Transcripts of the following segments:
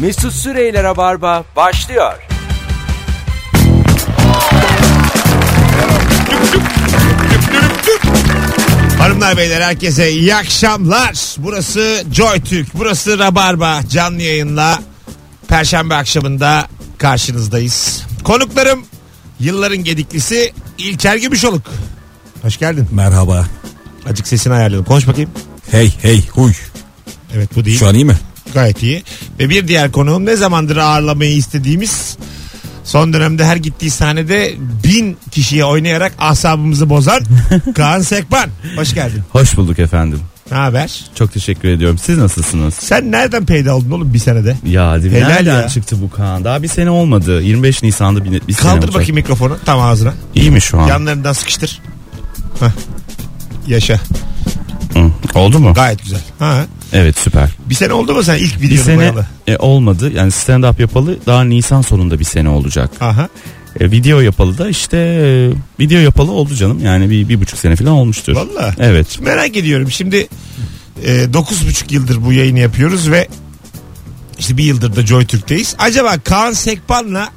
Mesut Süreyler'e barba başlıyor. Hanımlar beyler herkese iyi akşamlar. Burası JoyTürk, burası Rabarba canlı yayınla Perşembe akşamında karşınızdayız. Konuklarım yılların gediklisi İlker Gümüşoluk. Hoş geldin. Merhaba. Acık sesini ayarladım. Konuş bakayım. Hey hey huy. Evet bu değil. Şu an iyi mi? Gayet iyi. Ve bir diğer konuğum ne zamandır ağırlamayı istediğimiz son dönemde her gittiği sahnede bin kişiye oynayarak asabımızı bozan Kaan Sekban. Hoş geldin. Hoş bulduk efendim. Ne haber? Çok teşekkür ediyorum. Siz nasılsınız? Sen nereden peyda oldun oğlum bir senede? Ya hadi Helal nereden ya. çıktı bu Kaan? Daha bir sene olmadı. 25 Nisan'da bir, bir sene Kaldır olacak. bakayım mikrofonu tam ağzına. İyi mi şu an? Yanlarından sıkıştır. Hah. Yaşa. Hı. Oldu mu? Gayet güzel. Ha. Evet süper. Bir sene oldu mu sen ilk Bir videonu sene koyalı? e, olmadı. Yani stand up yapalı daha Nisan sonunda bir sene olacak. Aha. E, video yapalı da işte e, video yapalı oldu canım. Yani bir, bir buçuk sene falan olmuştur. Valla. Evet. Merak ediyorum şimdi e, dokuz buçuk yıldır bu yayını yapıyoruz ve işte bir yıldır da Joy Türk'teyiz. Acaba Kaan Sekban'la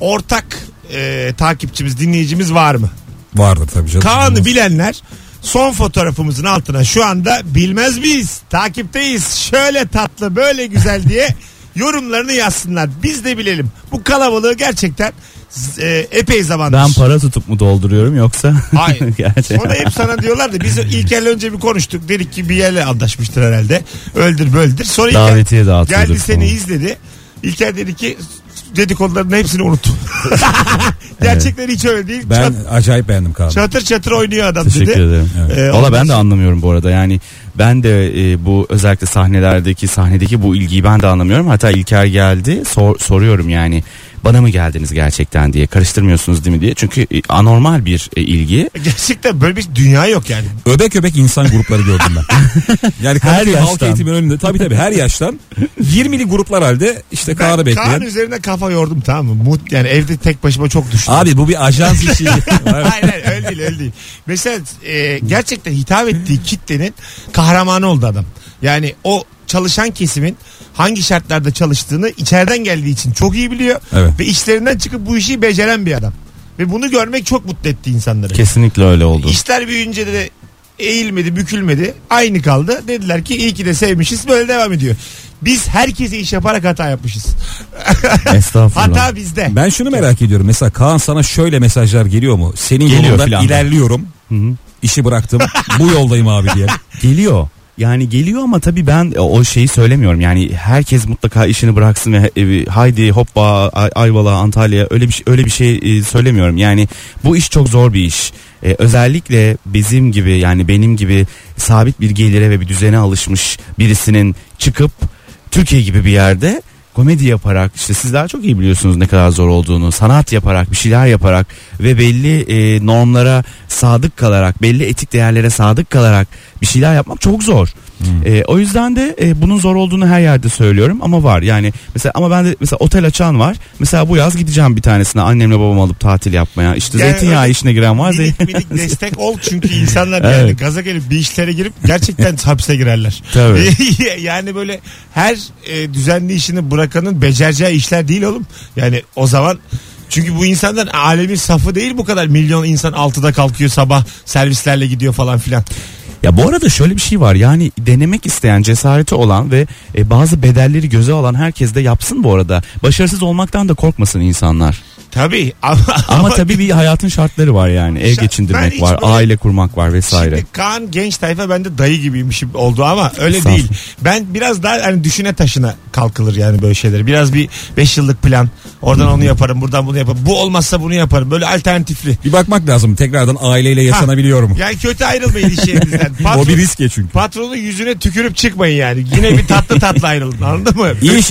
ortak e, takipçimiz dinleyicimiz var mı? Vardır tabii canım. Kaan'ı bilenler son fotoğrafımızın altına şu anda bilmez miyiz? Takipteyiz. Şöyle tatlı böyle güzel diye yorumlarını yazsınlar. Biz de bilelim. Bu kalabalığı gerçekten z- e, epey zamandır. Ben para tutup mu dolduruyorum yoksa? Hayır. Gerçi- Sonra hep sana diyorlar da biz İlker'le önce bir konuştuk. Dedik ki bir yerle anlaşmıştır herhalde. Öldür böldür. Sonra İlker Davetiye dağıtıyordur. geldi seni falan. izledi. İlker dedi ki dedikoduların hepsini unut. Gerçekleri hiç öyle değil. Ben Çat- acayip beğendim Kaan'ı. çatır çatır oynuyor adam dedi. Teşekkür ederim. Evet. Ee, Valla ondan ben de sonra- anlamıyorum bu arada. Yani ben de e, bu özellikle sahnelerdeki sahnedeki bu ilgiyi ben de anlamıyorum. Hatta İlker geldi sor- soruyorum yani bana mı geldiniz gerçekten diye karıştırmıyorsunuz değil mi diye. Çünkü e, anormal bir e, ilgi. Gerçekten böyle bir dünya yok yani. Öbek öbek insan grupları gördüm ben. yani her halk yaştan. eğitimin önünde tabii tabii her yaştan 20'li gruplar halde işte Kaan'ı Kaan bekleyen. üzerine kafa yordum tamam mı? Mut, yani evde tek başıma çok düştüm. Abi bu bir ajans işi. hayır hayır öyle değil öyle değil. Mesela e, gerçekten hitap ettiği kitlenin kahramanı oldu adam. Yani o çalışan kesimin hangi şartlarda çalıştığını içeriden geldiği için çok iyi biliyor. Evet. Ve işlerinden çıkıp bu işi beceren bir adam. Ve bunu görmek çok mutlu etti insanları. Kesinlikle öyle oldu. İşler büyüyünce de eğilmedi, bükülmedi. Aynı kaldı. Dediler ki iyi ki de sevmişiz. Böyle devam ediyor. Biz herkese iş yaparak hata yapmışız. Estağfurullah. Hata bizde. ben şunu merak ediyorum. Mesela Kaan sana şöyle mesajlar geliyor mu? Senin Geliyor yolundan filan. ilerliyorum. İşi bıraktım. bu yoldayım abi diye. Geliyor. Yani geliyor ama tabii ben e, o şeyi söylemiyorum. Yani herkes mutlaka işini bıraksın ve e, haydi hoppa Ay- Ayvalık'a Antalya'ya öyle bir şey- öyle bir şey e, söylemiyorum. Yani bu iş çok zor bir iş. E, özellikle bizim gibi yani benim gibi sabit bir gelire ve bir düzene alışmış birisinin çıkıp Türkiye gibi bir yerde komedi yaparak işte siz daha çok iyi biliyorsunuz ne kadar zor olduğunu sanat yaparak bir şeyler yaparak ve belli e, normlara sadık kalarak belli etik değerlere sadık kalarak bir şeyler yapmak çok zor. E, o yüzden de e, bunun zor olduğunu her yerde söylüyorum ama var yani mesela ama ben de mesela otel açan var mesela bu yaz gideceğim bir tanesine annemle babamı alıp tatil yapmaya işte Yani zeytinyağı öyle işine giren var minik minik destek ol çünkü insanlar yani Evet. gaza gelip bir işlere girip gerçekten hapse girerler. Tabii. yani böyle her e, düzenli işini bırakanın becereceği işler değil oğlum. Yani o zaman çünkü bu insanlar alemin safı değil bu kadar milyon insan altıda kalkıyor sabah servislerle gidiyor falan filan. Ya bu arada şöyle bir şey var yani denemek isteyen cesareti olan ve e, bazı bedelleri göze alan herkes de yapsın bu arada. Başarısız olmaktan da korkmasın insanlar. Tabii ama, Ama, tabii bir hayatın şartları var yani ev Şa- ben geçindirmek hiç var böyle- aile kurmak var vesaire. Şimdi Kaan genç tayfa ben de dayı gibiymişim oldu ama öyle Estağfurullah. değil. Ben biraz daha hani düşüne taşına kalkılır yani böyle şeyleri. Biraz bir 5 yıllık plan. Oradan Hmm. onu yaparım, buradan bunu yaparım. Bu olmazsa bunu yaparım. Böyle alternatifli. Bir bakmak lazım. Tekrardan aileyle yaşanabiliyor mu? Yani kötü ayrılmayın iş yerinizden. Patron, O bir riske çünkü. Patronun yüzüne tükürüp çıkmayın yani. Yine bir tatlı tatlı ayrılın anladın mı? İş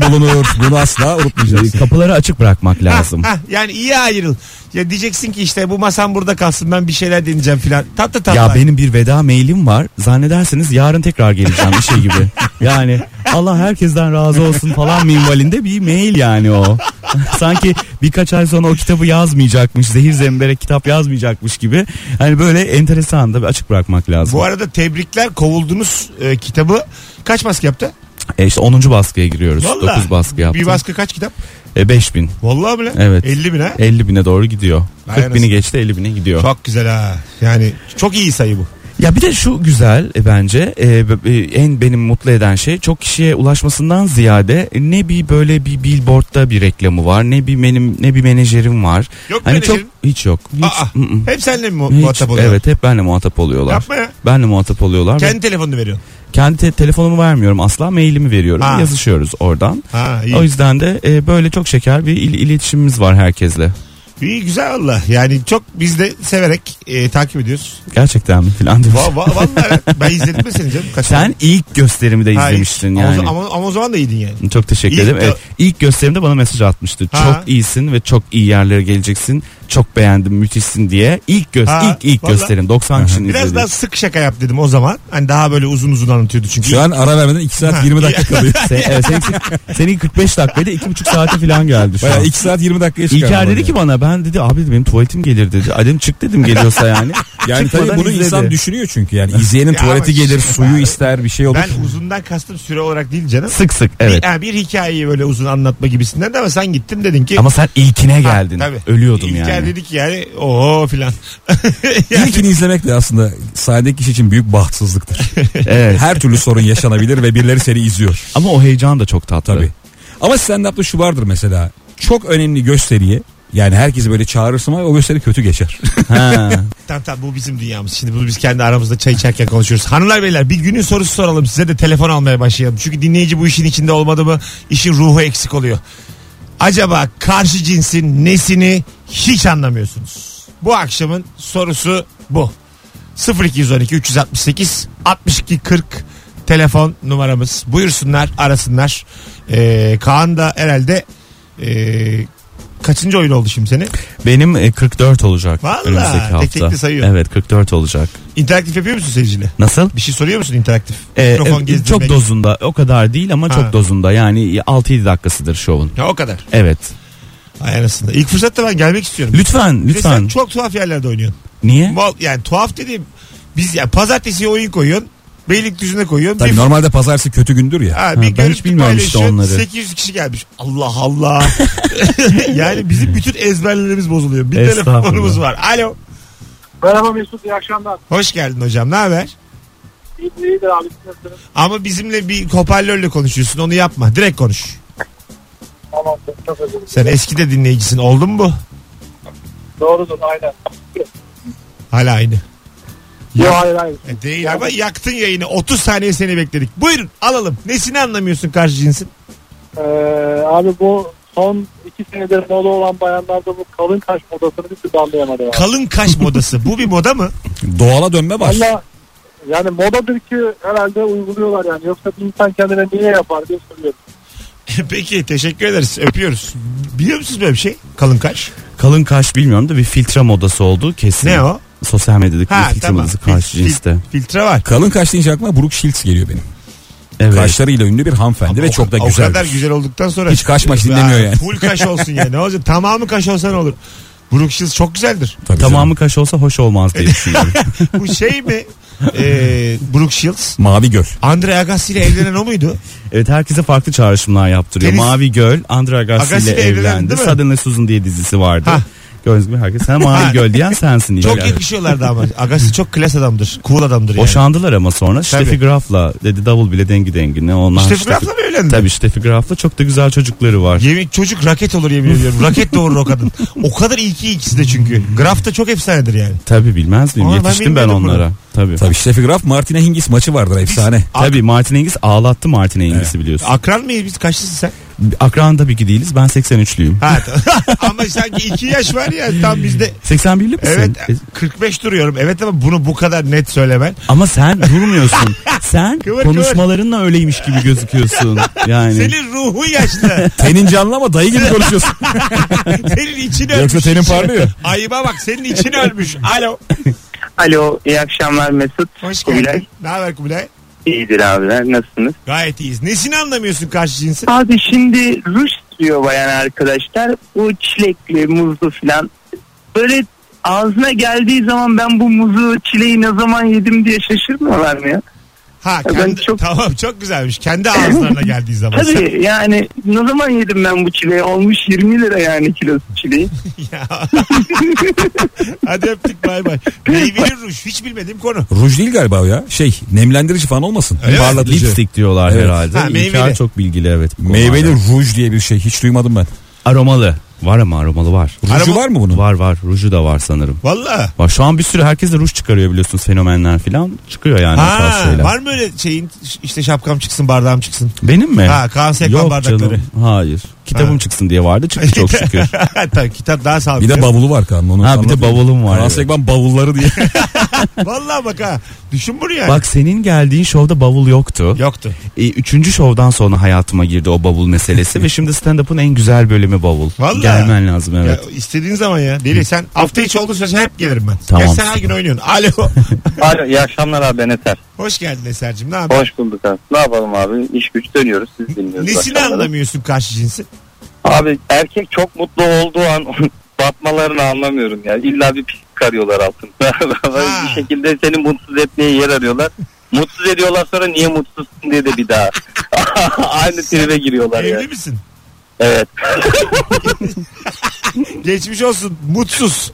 bulunur. Bunu asla unutmayacağız. Kapıları açık bırakmak lazım. Hah, yani iyi ayrıl. Ya diyeceksin ki işte bu masam burada kalsın ben bir şeyler deneyeceğim filan. Tatlı tatlı. ya benim bir veda mailim var. Zannedersiniz yarın tekrar geleceğim bir şey gibi. Yani Allah herkesten razı olsun falan minvalinde bir mail yani o. Sanki birkaç ay sonra o kitabı yazmayacakmış. Zehir zemberek kitap yazmayacakmış gibi. Hani böyle enteresan da bir açık bırakmak lazım. Bu arada tebrikler kovuldunuz e, kitabı. Kaç baskı yaptı? E işte 10. baskıya giriyoruz. Vallahi. 9 baskı yaptım. Bir baskı kaç kitap? E 5000. Vallahi bile. Evet. 50 bin ha. 50 bine doğru gidiyor. Vay 40 anasını. bini geçti 50 bine gidiyor. Çok güzel ha. Yani çok iyi sayı bu. Ya bir de şu güzel e, bence e, b- e, en benim mutlu eden şey çok kişiye ulaşmasından ziyade e, ne bir böyle bir billboardda bir reklamı var ne bir benim ne bir menajerim var. Yok hani çok menajerin? hiç yok. Hiç. Aa, mm, mm. hep seninle mi mu- Hiç. muhatap oluyor? Evet hep benle muhatap oluyorlar. Yapma ya. Benle muhatap oluyorlar. ve Kendi telefonunu veriyorsun. kendi te- telefonumu vermiyorum asla mailimi veriyorum. Ha. Yazışıyoruz oradan. Ha O iyi. yüzden de e, böyle çok şeker bir il- iletişimimiz var herkesle. İyi güzel valla. Yani çok biz de severek e, takip ediyoruz. Gerçekten mi filan Va, diyorsun. va, valla ben izledim de seni canım. Kaç Sen ilk gösterimi de Ha, izlemiştin ama o yani. zaman- Ama, ama o zaman da iyiydin yani. Çok teşekkür İlk ederim. de- Evet, ilk gösterimde bana mesaj atmıştı. Ha. Çok iyisin ve çok iyi yerlere geleceksin. Çok beğendim, müthişsin diye. İlk göz Ha, ilk ilk vallahi. gösterim 90 kişinin Biraz izledi. daha sık şaka yap dedim o zaman. Hani daha böyle uzun uzun anlatıyordu çünkü. Şu an ara vermeden 2 saat 20 dakika kalıyor. Sen, evet, senin, senin 45 dakikaydı 2,5 saate falan geldi şu Baya an. 2 saat 20 dakikaya çıkardı. İlker dedi bana. ki bana ben dedi abi dedi, benim tuvaletim gelir dedi. Adem çık dedim geliyorsa yani. Yani tabii Çıkmadan bunu izledi. insan düşünüyor çünkü yani izleyenin Ya tuvaleti ama gelir işte suyu ben- ister bir şey olur. ben uzundan kastım süre olarak değil canım. Sık sık evet. Bir, ha, bir hikayeyi böyle uzun anlatma gibisinden de ama sen gittin dedin ki. Ama sen ilkine Ha, geldin. tabii. Ölüyordum İlker yani. dedi ki yani ooo filan. Yani İlkini izlemek de aslında sahadeki kişi için büyük bahtsızlıktır. Evet. Her türlü sorun yaşanabilir ve birileri seni izliyor. Ama o heyecan da çok tatlı. Tabii. Ama stand-up'ta şu vardır mesela. Çok önemli gösteriye yani herkesi böyle çağırırsın ama o gösteri kötü geçer. Ha. Tamam tamam bu bizim dünyamız. Şimdi bunu biz kendi aramızda çay içerken konuşuyoruz. Hanımlar beyler bir günün sorusu soralım size de telefon almaya başlayalım. Çünkü dinleyici bu işin içinde olmadı mı işin ruhu eksik oluyor. Acaba karşı cinsin nesini hiç anlamıyorsunuz? Bu akşamın sorusu bu. 0212 368 62 40 telefon numaramız. Buyursunlar arasınlar. Ee, Kaan da herhalde ee, kaçıncı oyun oldu şimdi senin? Benim e, 44 olacak Valla, önümüzdeki hafta. tek tek de sayıyor. Evet 44 olacak. İnteraktif yapıyor musun seyircine? Nasıl? Bir şey soruyor musun interaktif? Ee, Mikrofon e, gezdirmek. çok dozunda. O kadar değil ama Ha. çok dozunda. Yani 6-7 dakikasıdır şovun. Ya o kadar. Evet. Ay anasında. İlk fırsatta ben gelmek istiyorum. Lütfen Bir de Sen lütfen. çok tuhaf yerlerde oynuyorsun. Niye? Val- Yani tuhaf dediğim biz ya pazartesi oyun koyuyorsun. Beylikdüzü'ne koyuyorsun. Tabii bir, normalde pazartesi kötü gündür ya. ha, ben bir hiç görüntü bilmiyorum işte paylaşıyorsun, onları. 800 kişi gelmiş. Allah Allah. yani bizim bütün ezberlerimiz bozuluyor. Bir Estağfurullah. telefonumuz var. Alo. Merhaba Mesut iyi akşamlar. Hoş geldin hocam. Ne haber? İyi, iyidir abi siz nasılsınız? Ama bizimle bir hoparlörle konuşuyorsun. Onu yapma. Direkt konuş. Tamam çok özür dilerim. Sen eski de dinleyicisin. Oldu mu bu? Doğrudur aynen. Hala aynı. Yok hayır hayır. E, Değil ama yaktın yayını. 30 saniye seni bekledik. Buyurun alalım. Nesini anlamıyorsun karşı cinsin? Ee, abi bu son iki senedir moda olan bayanlarda bu kalın kaş modasını bir türlü anlayamadım abi. Kalın kaş modası. Bu bir moda mı? Doğala dönme var. Valla yani modadır ki herhalde uyguluyorlar yani. Yoksa bir insan kendine niye yapar diye soruyorum. E, Peki teşekkür ederiz. Öpüyoruz. Biliyor musunuz böyle bir şey? Kalın kaş. Kalın kaş bilmiyorum da bir filtre modası oldu kesin. Ne o? Sosyal medyadaki Ha bir filtre tamam. modası Fil- karşı fil- cinste. Filtre var. Kalın kaş deyince aklıma Brooke Shields geliyor benim. Evet. Kaşlarıyla ünlü bir hanımefendi Ama ve o- çok da O güzel. kadar güzel olduktan sonra. Hiç kaş maş dinlemiyor Ha, yani. Full kaş olsun yani. Ne olacak? Tamamı kaş olsa ne olur? Brooke Shields çok güzeldir. Tabii canım. Tamamı kaş olsa hoş olmaz diye düşünüyorum. Bu şey mi? Ee, Brooke Shields. Mavi göl. Andre Agassi ile evlenen o muydu? evet herkese farklı çağrışımlar yaptırıyor. Deniz- Mavi Göl, Andre Agassi Agassi ile ile evlendi, evlendi. değil mi? Suddenly Susan diye dizisi vardı. Ha. Gördüğünüz gibi herkes. Sen Mavi Ha. Göl diyen sensin. Çok yani. yakışıyorlardı ama. Agassi çok klas adamdır. Cool adamdır yani. Boşandılar ama sonra Tabii. Steffi Graf'la dedi davul bile dengi dengi ne onlar. Steffi Graf'la mı evlendi? Tabii Steffi Graf'la çok da güzel çocukları var. Yemin çocuk raket olur yemin ediyorum. raket doğurur o kadın. O kadar iyi ki ikisi de çünkü. Graf da çok efsanedir yani. Tabii bilmez miyim? Aa, ben Yetiştim ben, bilmiyordum bunu. onlara. Tabii. Tabii. Tabii Steffi Graf, Martina Hingis maçı vardır efsane. Martin Engis ağlattı Martin Engis'i biliyorsun. Akran mıyız biz? Kaçlısın sen? Akran tabii ki değiliz. Ben 83'lüyüm. Ha, tamam. ama sanki iki yaş var ya tam bizde. 81'li misin? Evet E, 45 duruyorum. Evet ama bunu bu kadar net söylemen. Ama sen durmuyorsun. sen Kıvır konuşmalarınla öyleymiş gibi gözüküyorsun. Yani. Senin ruhu yaşlı. Tenin canlı ama dayı gibi konuşuyorsun. senin için ölmüş. Yoksa tenin parlıyor. Ayıba bak senin için ölmüş. Alo. Alo iyi akşamlar Mesut. Hoş Kubilay. geldin. Ne haber Kubilay? İyidir abiler nasılsınız? Gayet iyiyiz. Nesini anlamıyorsun karşı cinsin? Abi şimdi ruj diyor bayan arkadaşlar. Bu çilekli muzlu filan. Böyle ağzına geldiği zaman ben bu muzu çileği ne zaman yedim diye şaşırmıyorlar mı ya? Ha Ben kendi, çok- tamam çok güzelmiş. Kendi ağızlarına geldiği zaman. Sen- Tabii yani ne zaman yedim ben bu çileği? Olmuş 20 lira yani kilosu çileği. Ya. Hadi öptük bay bay. Meyveli ruj hiç bilmediğim konu. Ruj değil galiba o ya. Şey nemlendirici falan olmasın. Öyle mi? Parlatıcı. Lipstick diyorlar Evet. herhalde. Ha, meyveli. İlker çok bilgili evet. bu Meyveli konularda. ruj diye bir şey hiç duymadım ben. Aromalı. Var ama aromalı var. Ruju Araba- var mı bunun? Var var. Ruju da var sanırım. Valla. Var. Şu an bir sürü herkes de ruj çıkarıyor biliyorsunuz fenomenler falan. Çıkıyor yani Ha, esas şeyler. var mı öyle şeyin işte şapkam çıksın bardağım çıksın. Benim mi? Ha Kaan Sekman Yok bardakları. canım. Hayır. Kitabım Ha. çıksın diye vardı. Çıktı çok şükür. Tabii kitap daha sağlıklı. Bir de bavulu var Kaan. Onu Ha bir de anlatayım. bavulum var. Kaan evet. Sekban bavulları diye. E, Valla bak ha. Düşün bunu yani. Bak senin geldiğin şovda bavul yoktu. Yoktu. E, üçüncü şovdan sonra hayatıma girdi o bavul meselesi ve şimdi stand-up'ın en güzel bölümü bavul. Vallahi. Gelmen lazım evet. Ya, istediğin zaman ya. Deli sen hafta içi olduğu sürece hep gelirim ben. Tamam. Ya sen her gün oynuyorsun. Alo. Alo iyi akşamlar abi ben Eser. Hoş geldin Eser'cim. Ne haber? Hoş bulduk abi. Ne yapalım abi? İş güç dönüyoruz. Siz dinliyorsunuz. Nesini akşamları. anlamıyorsun karşı cinsi? Abi erkek çok mutlu olduğu an batmalarını anlamıyorum ya. İlla bir pislik arıyorlar altında. Ha. bir şekilde seni mutsuz etmeye yer arıyorlar. Mutsuz ediyorlar sonra niye mutsuzsun diye de bir daha. Aynı tribe giriyorlar ya. Evli misin? Evet. Geçmiş olsun. Mutsuz.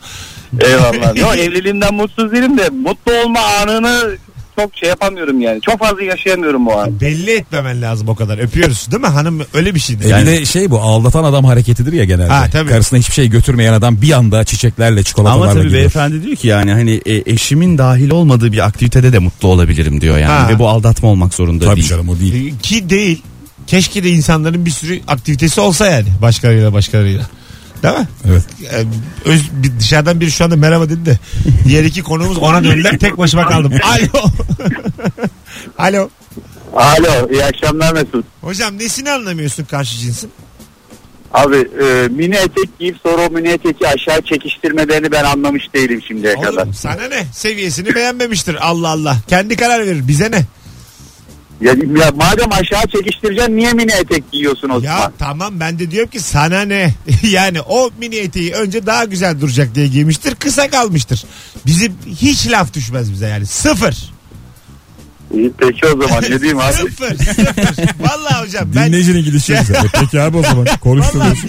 Eyvallah. Yo, evliliğimden mutsuz değilim de mutlu olma anını çok şey yapamıyorum yani. Çok fazla yaşayamıyorum o an. Belli etmemen lazım o kadar. Öpüyoruz değil mi hanım? Öyle bir şeydi. E bir de şey bu aldatan adam hareketidir ya genelde. Ha, tabii. Karısına hiçbir şey götürmeyen adam bir anda çiçeklerle çikolatalarla Ama tabii geliyor. beyefendi diyor ki yani hani e, eşimin dahil olmadığı bir aktivitede de mutlu olabilirim diyor yani. Ha. Ve bu aldatma olmak zorunda Tabii değil. canım o değil. E, Ki değil. Keşke de insanların bir sürü aktivitesi olsa yani. Başkalarıyla başkalarıyla. Değil mi? Evet. E, Öz, bir- dışarıdan biri şu anda merhaba dedi de. Diğer iki konuğumuz ona döndüler. Tek başıma kaldım. Alo. Alo. Alo iyi akşamlar Mesut. Hocam nesini anlamıyorsun karşı cinsin? Abi e, mini etek giyip sonra o mini eteki aşağı çekiştirmelerini ben anlamış değilim şimdiye kadar. Oğlum sana ne? Seviyesini beğenmemiştir. Allah Allah. Kendi karar verir. Bize ne? Ya, ya madem aşağı çekiştireceksin niye mini etek giyiyorsun o Ya zaman? tamam ben de diyorum ki sana ne? yani o mini eteği önce daha güzel duracak diye giymiştir. Kısa kalmıştır. Bizim hiç laf düşmez bize yani. Sıfır. İyi, peki o zaman ne diyeyim abi? Sıfır. Sıfır. Vallahi hocam ben Dinleyicinin gidişi güzel. E Peki abi o zaman Vallahi konuşturuyorsun.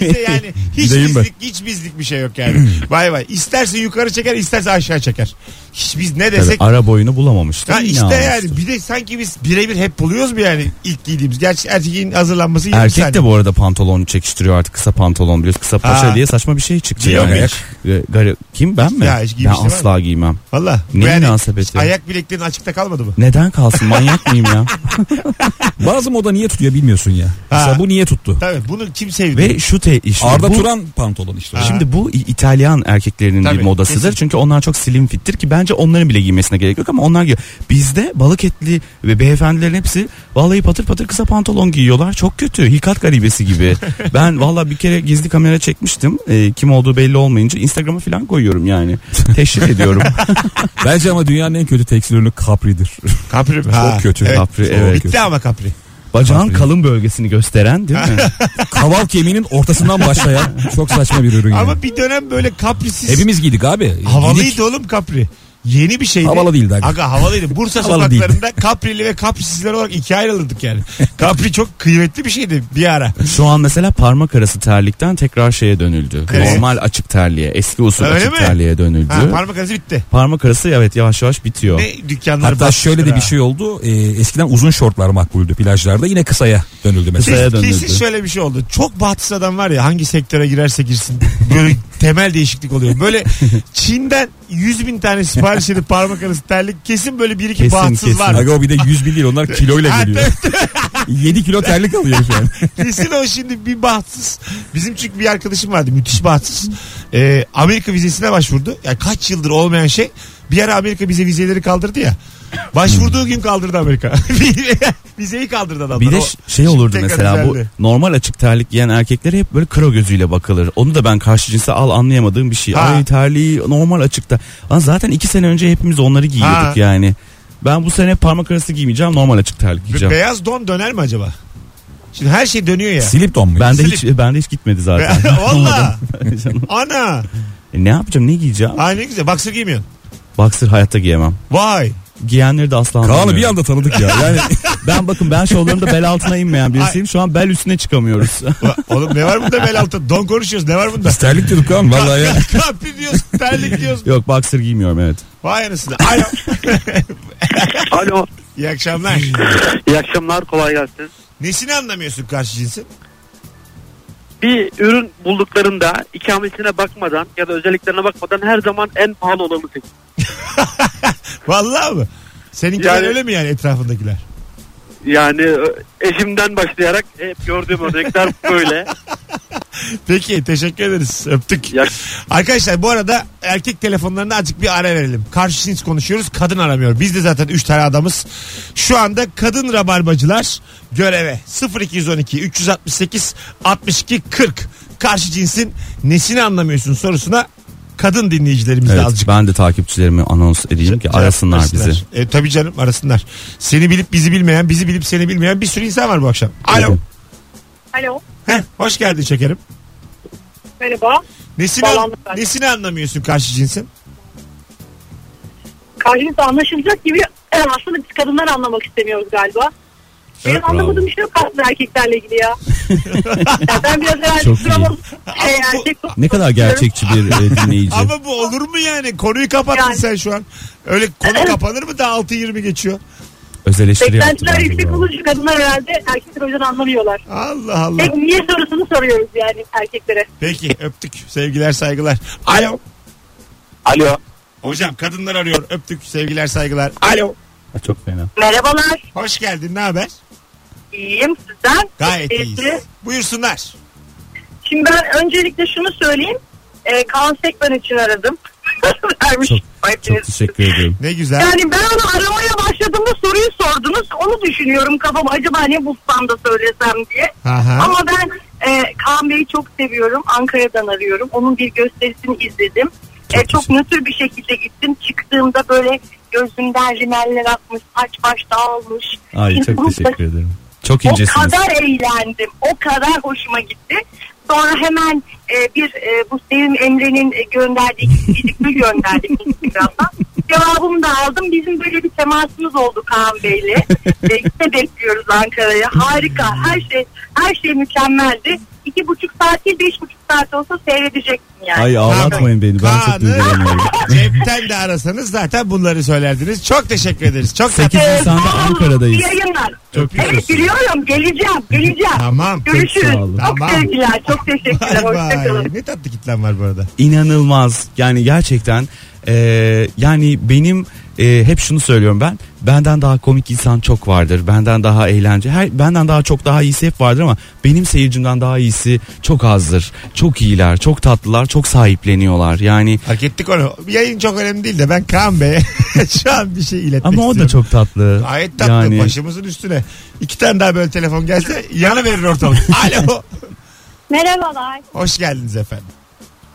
bizde yani hiç Gideyim ben. bizlik, hiç bizlik bir şey yok yani. Vay vay. İsterse yukarı çeker, isterse aşağı çeker. Hiç biz ne Tabii desek ara boyunu bulamamıştı. Ha Ne işte almıştı? yani bir de sanki biz birebir hep buluyoruz mu yani ilk giydiğimiz. Gerçi erkeğin hazırlanması 20 Erkek saniye. de bu arada pantolonu çekiştiriyor artık kısa pantolon biliyorsun kısa paça Ha. diye saçma bir şey çıktı Giyiyor yani. mu Ee, gari- Kim ben mi? Ya hiç ben giymiş değil mi? asla giymem. Valla. Ne Yani münasebeti? ayak bileklerin açıkta kalmadı mı? Neden kalsın manyak mıyım ya? Bazı moda niye tutuyor bilmiyorsun ya. Ha. Mesela bu niye tuttu? Tabii bunu kim sevdi? Ve şu te işte Arda bu, Turan pantolon işte. o. Ha. Şimdi bu İ- İtalyan erkeklerinin Tabii, bir modasıdır. kesin. Çünkü onlar çok slim fittir ki bence onların bile giymesine gerek yok ama onlar giyiyor. Bizde balık etli ve beyefendilerin hepsi vallahi patır patır kısa pantolon giyiyorlar. Çok kötü. Hilkat garibesi gibi. ben vallahi bir kere gizli kamera çekmiştim. Ee, kim olduğu belli olmayınca Instagram'a falan koyuyorum yani. Teşrif ediyorum. Bence ama dünyanın en kötü tekstil ürünü Capri'dir. Capri mi? Çok kötü. Evet. Capri, Çok evet. Bitti kötü. ama Capri. Bacağın kalın bölgesini gösteren değil mi? Kaval kemiğinin ortasından başlayan çok saçma bir ürün. yani. Ama bir dönem böyle kaprisiz. Hepimiz giydik abi. Havalıydı Giydik. oğlum Capri. Yeni bir şeydi. Havalı değildi aga. Aga havalıydı. Bursa Havalı değildi. sokaklarında Capri'li ve Capri'sizler olarak ikiye ayrıldık yani. Capri çok kıymetli bir şeydi bir ara. Şu an mesela parmak arası terlikten tekrar şeye dönüldü. Evet. Normal açık terliğe, eski usul Öyle açık mi? terliğe dönüldü. Ha, parmak arası bitti. parmak arası evet yavaş yavaş bitiyor. Ne dükkanları Hatta batmıştır şöyle de ha. bir şey oldu. Ee, eskiden uzun şortlar makbuldü plajlarda. Yine kısaya dönüldü mesela. Kısaya Kesin dönüldü. şöyle bir şey oldu. Çok bahtsız adam var ya hangi sektöre girerse girsin böyle temel değişiklik oluyor. Böyle Çin'den 100 bin tane sipariş edip parmak arası terlik kesin böyle bir iki Kesin, bahtsız kesin. var. Aga o bir de 100 bin değil onlar kiloyla geliyor. 7 kilo terlik alıyor şu an. Kesin o şimdi bir bahtsız. Bizim çünkü bir arkadaşım vardı müthiş bahtsız. Ee, Amerika vizesine başvurdu. Ya kaç yıldır olmayan şey. Bir ara Amerika bize vizeleri kaldırdı ya. Başvurduğu gün kaldırdı Amerika. Vizeyi kaldırdı adamlar. Bir de O- ş- şey Şimdi olurdu tekrar mesela bu düzeldi. normal açık terlik giyen erkeklere hep böyle kro gözüyle bakılır. Onu da ben karşı cinse al anlayamadığım bir şey. Ha. Ay terliği normal açıkta. Lan zaten iki sene önce hepimiz onları giyiyorduk Ha. yani. Ben bu sene parmak arası giymeyeceğim normal açık terlik Be- giyeceğim. Beyaz don döner mi acaba? Şimdi her şey dönüyor ya. Silip don muydu? Ben de Slip. hiç ben de hiç gitmedi zaten. Valla. Canım. Ana. E ne yapacağım ne giyeceğim? Ay ne güzel. Baksır giymiyorsun. Boxer hayatta giyemem. Vay. giyenleri de asla Kaan'ı anlamıyorum. bir anda tanıdık ya. Yani Ben bakın ben şovlarımda bel altına inmeyen birisiyim. Şu an bel üstüne çıkamıyoruz. Ulan Oğlum ne var bunda bel altı? Don konuşuyoruz ne var bunda? biz terlik diyorduk Kaan vallahi ya. Kapri diyorsun, terlik diyorsun. Yok boxer giymiyorum evet. Vay anasını. Alo. Alo. İyi akşamlar. İyi akşamlar. Kolay gelsin. Nesini anlamıyorsun karşı cinsin? Bir ürün bulduklarında ikamesine bakmadan ya da özelliklerine bakmadan her zaman en pahalı olanı seçin. Vallahi mı? Seninkiler Yani- öyle mi yani etrafındakiler? Yani ö, eşimden başlayarak hep gördüğüm örnekler böyle. Peki teşekkür ederiz. Öptük. Ya- Arkadaşlar bu arada erkek telefonlarına azıcık bir ara verelim. Karşı cins konuşuyoruz. Kadın aramıyor. Biz de zaten 3 tane adamız. Şu anda kadın rabarbacılar göreve 0212 368 62 40. Karşı cinsin nesini anlamıyorsun sorusuna kadın dinleyicilerimiz de Evet, azıcık ben de takipçilerimi anons edeyim ki arasınlar Arasınlar. bizi. E, tabii canım arasınlar. Seni bilip bizi bilmeyen, bizi bilip seni bilmeyen bir sürü insan var bu akşam. Alo. Evet. Alo. Heh, hoş geldin şekerim. Merhaba. Nesini, an- Bağlandım ben. nesini anlamıyorsun karşı cinsin? Karşınızda anlaşılacak gibi aslında biz kadınlar anlamak istemiyoruz galiba. Benim Evet, anlamadığım bir şey yok aslında erkeklerle ilgili ya. ya ben biraz herhalde Çok dramatik şey Ama bu- erkek Ne kadar gerçekçi bir e, dinleyici. Ama bu olur mu yani? Konuyu kapattın Yani. sen şu an. Öyle konu kapanır mı daha 6.20 geçiyor? Öz eleştiri şey yaptı Beklentiler bence yüksek bu. olunca kadınlar herhalde erkekler o yüzden anlamıyorlar. Allah Allah. Tek niye sorusunu soruyoruz yani erkeklere. Peki öptük. Sevgiler saygılar. Alo. Alo. Hocam kadınlar arıyor. Öptük. Sevgiler saygılar. Alo. Ha, Çok fena. Merhabalar. Hoş geldin. Ne haber? İyiyim sizden. Gayet Ee, iyiyiz. Buyursunlar. Şimdi ben öncelikle şunu söyleyeyim. Ee, Kaan Sekban için aradım. Vermiş. Çok- Ayıptınız. Çok teşekkür ediyorum. Ne güzel. Yani ben onu aramaya başladığımda soruyu sordunuz. Onu düşünüyorum kafam acaba ne bulsam da söylesem diye. Aha. Ama ben e, Kaan Bey'i çok seviyorum. Ankara'dan arıyorum. Onun bir gösterisini izledim. Çok, e, çok nötr bir şekilde gittim. Çıktığımda böyle gözümden rimeller akmış, saç baş dağılmış. Ay İnsanın çok teşekkür ederim. Çok o incesiniz. kadar eğlendim. O kadar hoşuma gitti. Sonra hemen e, bir e, bu Sevim Emre'nin e, gönderdiği bir gönderdim Instagram'dan. Cevabımı da aldım. Bizim böyle bir temasımız oldu Kaan Bey'le. e, işte bekliyoruz Ankara'ya. Harika. Her şey her şey mükemmeldi. İki buçuk saat değil beş buçuk saat olsa seyredeceksin yani. Ay ağlatmayın beni. Ben çok Kaan'ı- duygulanıyorum. Cepten de arasanız zaten bunları söylerdiniz. Çok teşekkür ederiz. Çok Sekiz- tatlı. Ee, Nisan'da sağ olun. Ankara'dayız. İyi yayınlar. Çok Evet teşekkür biliyorum. Geleceğim. Geleceğim. Tamam. Görüşürüz. sağ olun. Çok Tamam. sevgiler. Çok teşekkürler. Vay vay. Hoşçakalın. Ne tatlı kitlen var bu arada. inanılmaz yani gerçekten e, yani benim e, hep şunu söylüyorum ben benden daha komik insan çok vardır benden daha eğlence her benden daha çok daha iyisi hep vardır ama benim seyircimden daha iyisi çok azdır çok iyiler çok tatlılar çok sahipleniyorlar yani Hak ettik onu. Yayın çok önemli değil de ben Kaan Bey'e şu an bir şey iletmek ama o da istiyorum. çok tatlı Gayet tatlı yani başımızın üstüne. İki tane daha böyle telefon gelse yanı verir ortalık. Alo. Merhabalar. Hoş geldiniz efendim.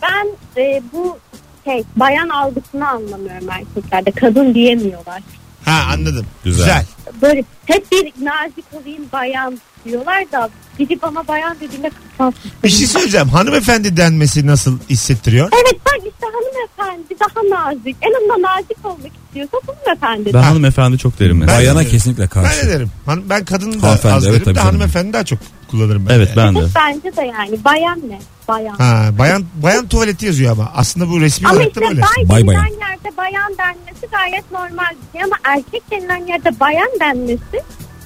Ben e, bu şey bayan algısını anlamıyorum erkeklerde. Kadın diyemiyorlar. Ha Hmm, anladım. Güzel. Güzel. Böyle hep bir nazik olayım bayan diyorlar da biri bana bayan dediğinde kıskansın. Bir şey söyleyeceğim. Hanımefendi denmesi nasıl hissettiriyor? Evet bak işte hanımefendi daha nazik. En azından nazik olmak istiyorsa hanımefendi. ben hanımefendi çok derim mesela. Bayana kesinlikle Ben de karşı. derim. Han- ben kadını da az Hanımefendi, evet derim tabii de canım. hanımefendi daha çok kullanırım. Ben evet yani. ben de Biz Bence de yani bayan ne? Bayan. Ha, bayan bayan tuvaleti yazıyor ama. Aslında bu resmi Ama olarak işte da böyle. bay Bay denilen bayan. yerde bayan denmesi gayet normal bir şey ama erkek denilen yerde bayan denmesi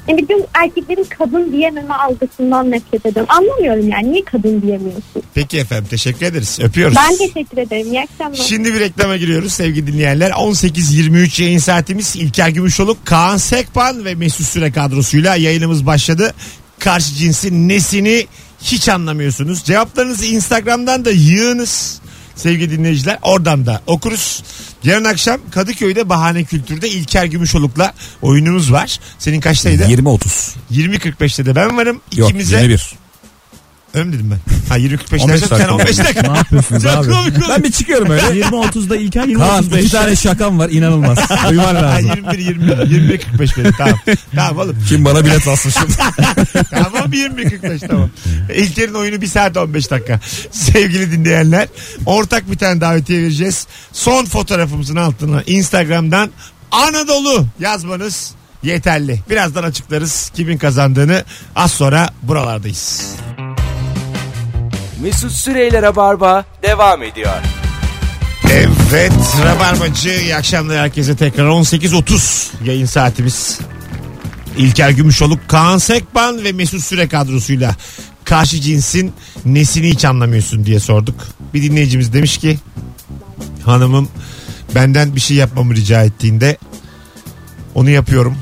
yani ben erkeklerin kadın diyememe algısından nefret ediyorum. Anlamıyorum yani niye kadın diyemiyorsun? Peki efendim teşekkür ederiz. Öpüyoruz. Ben teşekkür ederim. İyi akşamlar. Şimdi bir reklama giriyoruz sevgili dinleyenler. 18.23 yayın saatimiz. İlker Gümüşoluk, Kaan Sekban ve Mesut Süre kadrosuyla yayınımız başladı. Karşı cinsin nesini hiç anlamıyorsunuz. Cevaplarınızı Instagram'dan da yığınız sevgili dinleyiciler. Oradan da okuruz. Yarın akşam Kadıköy'de Bahane Kültür'de İlker Gümüşoluk'la oyunumuz var. Senin kaçtaydı? 20-30. 20.45'te de ben varım. Yok İkimize... 21. Öyle mi dedim ben? Ha 20.45'te 15 sen dakika. 15 dakika. ne yapıyorsunuz Çok abi komik oldu. Ben bir çıkıyorum öyle. 20.30'da İlker Kaan iki 20.35'te tane şakam var inanılmaz. Duyman Ha, lazım. 21 21 21 45 benim tamam. Tamam oğlum. Kim bana bilet asmışım. Tamam 21 45 tamam. İlker'in oyunu 1 saat 15 dakika. Sevgili dinleyenler ortak bir tane davetiye vereceğiz. Son fotoğrafımızın altına Instagram'dan Anadolu yazmanız yeterli. Birazdan açıklarız kimin kazandığını. Az sonra buralardayız. Mesut Süreyler'e barba devam ediyor. Evet Rabarbacı iyi akşamlar herkese tekrar 18.30 yayın saatimiz. İlker Gümüşoluk, Kaan Sekban ve Mesut Süre kadrosuyla karşı cinsin nesini hiç anlamıyorsun diye sorduk. Bir dinleyicimiz demiş ki hanımım benden bir şey yapmamı rica ettiğinde onu yapıyorum.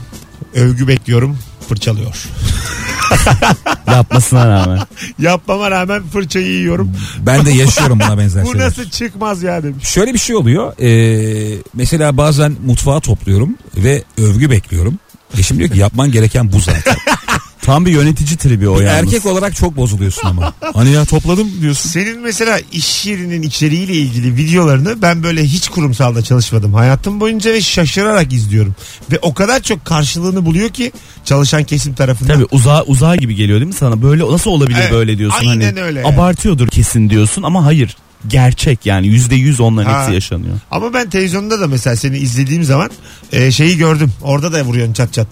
Övgü bekliyorum fırçalıyor. Yapmasına rağmen. Yapmama rağmen fırçayı yiyorum. Ben de yaşıyorum buna benzer Bu şeyler. nasıl çıkmaz ya demiş. Şöyle bir şey oluyor. Ee, mesela bazen mutfağa topluyorum ve övgü bekliyorum. Eşim diyor ki yapman gereken bu zaten. Tam bir yönetici tribi o yalnız. Erkek olarak çok bozuluyorsun ama. Hani ya topladım diyorsun. Senin mesela iş yerinin içeriğiyle ilgili videolarını ben böyle hiç kurumsalda çalışmadım. Hayatım boyunca ve şaşırarak izliyorum. Ve o kadar çok karşılığını buluyor ki çalışan kesim tarafından. Tabii uzağa uzağa gibi geliyor değil mi sana? Böyle nasıl olabilir Evet, böyle diyorsun aynen hani. öyle yani. Abartıyordur kesin diyorsun ama hayır. Gerçek yani yüzde yüz onların Ha. hepsi yaşanıyor. Ama ben televizyonda da mesela seni izlediğim zaman e, şeyi gördüm. Orada da vuruyorsun çat çat.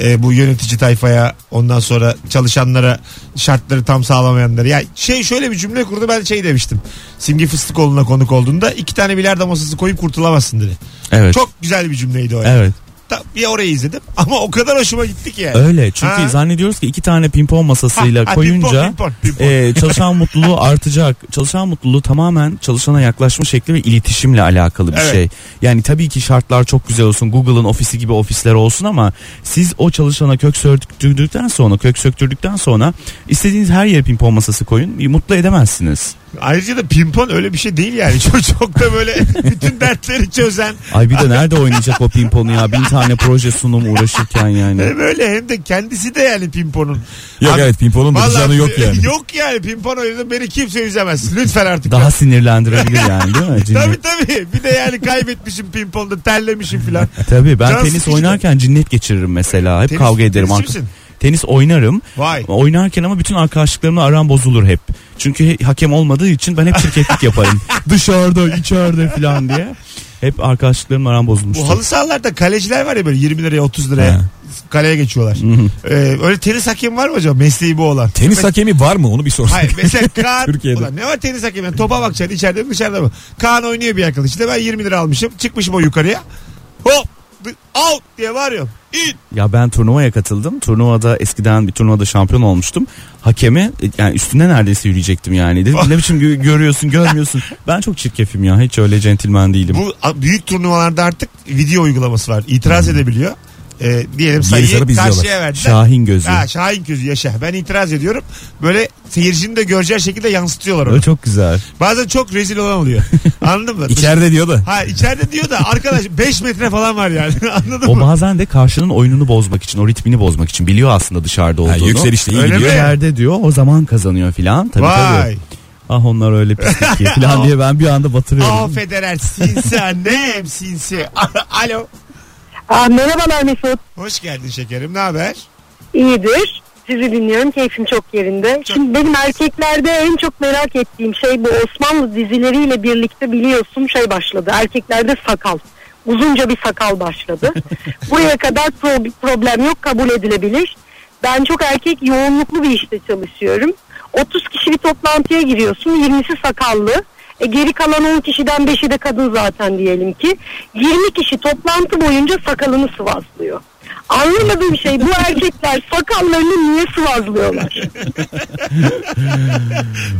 E, bu yönetici tayfaya ondan sonra çalışanlara şartları tam sağlamayanlara. Ya şey şöyle bir cümle kurdu ben şey demiştim. Simge Fıstıkoğlu'na konuk olduğunda iki tane bilardo masası koyup kurtulamazsın dedi. Evet. Çok güzel bir cümleydi o. yani. Evet. Ta- bir orayı izledim ama o kadar hoşuma gitti ki yani. Öyle çünkü Ha. zannediyoruz ki iki tane pimpon masasıyla Ha, ha, koyunca pimpon, pimpon, pimpon. e, çalışan mutluluğu artacak. Çalışan mutluluğu tamamen çalışana yaklaşma şekli ve iletişimle alakalı bir Evet. şey. Yani tabii ki şartlar çok güzel olsun. Google'ın ofisi gibi ofisler olsun ama siz o çalışana kök söktürdükten sonra, kök söktürdükten sonra istediğiniz her yere pimpon masası koyun. e, Mutlu edemezsiniz. Ayrıca da pimpon öyle bir şey değil yani. Çok, çok da böyle bütün dertleri çözen. Ay bir de nerede oynayacak o pimponu ya? Bin tane proje sunum uğraşırken yani. Hem öyle hem de kendisi de yani pimponun. Yok Abi, evet pimponun da bir vallahi canı yok yani. Yok yani pimpon oyunu beni kimse üzemez. Lütfen artık. Daha sinirlendirebilir yani değil mi? Cinnet. Tabii tabii. Bir de yani kaybetmişim pimponda terlemişim filan. Tabii ben Can tenis sıkıcı. oynarken cinnet geçiririm mesela. Hep Tenis- kavga ederim. tenisçi Arka- misin? Tenis oynarım. Vay. Oynarken ama bütün arkadaşlıklarımla aram bozulur hep. Çünkü he- hakem olmadığı için ben hep şirketlik yaparım. Dışarıda, içeride falan diye. Hep arkadaşlıklarımla aram bozulmuştu. Bu halı sahalarda kaleciler var ya böyle 20 liraya 30 liraya He. kaleye geçiyorlar. Ee, öyle tenis hakemi var mı acaba mesleği bu olan? Tenis hakemi var mı onu bir sorsak. Hayır mesela Kaan Türkiye'de. Ulan ne var tenis hakemi Yani topa bakacaksın içeride mi dışarıda mı? Kaan oynuyor bir yakın işte ben 20 lira almışım çıkmışım o yukarıya hop out diye bağırıyorum. İn. Ya ben turnuvaya katıldım. Turnuvada eskiden bir turnuvada şampiyon olmuştum. Hakeme e, yani üstüne neredeyse yürüyecektim yani. Dedim ne biçim gö- görüyorsun, görmüyorsun. Ben çok çirkefim ya. Hiç öyle centilmen değilim. Bu a- büyük turnuvalarda artık video uygulaması var. İtiraz Hmm. edebiliyor. Ee, diyelim sayıyı sarıp izliyorlar. karşıya verdiler. Şahin gözü. Ha, Şahin gözü yaşa. Ben itiraz ediyorum. Böyle seyircinin de göreceği şekilde yansıtıyorlar onu. Öyle çok güzel. Bazen çok rezil olan oluyor. Anladın mı? İçeride diyor da. Ha içeride diyor da arkadaş 5 metre falan var yani. Anladın O mı? bazen de karşının oyununu bozmak için, o ritmini bozmak için biliyor aslında dışarıda Ha, olduğunu. yükselişte iyi Öyle gidiyor. mi? İçeride diyor o zaman kazanıyor filan. Tabii Vay. tabii. Ah onlar öyle pislik ki filan diye ben bir anda batırıyorum. Affederler sinsi annem sinsi. Alo. Aa, merhabalar Mesut. Hoş geldin şekerim ne haber? İyidir. Sizi dinliyorum. Keyfim çok yerinde. Şimdi benim erkeklerde en çok merak ettiğim şey bu Osmanlı dizileriyle birlikte biliyorsun şey başladı. Erkeklerde sakal. Uzunca bir sakal başladı. Buraya kadar pro- problem yok kabul edilebilir. Ben çok erkek yoğunluklu bir işte çalışıyorum. 30 kişi bir toplantıya giriyorsun. 20'si sakallı. E geri kalan 10 kişiden 5'i de kadın zaten diyelim ki. 20 kişi toplantı boyunca sakalını sıvazlıyor. Anlamadığım şey bu erkekler sakallarını niye sıvazlıyorlar?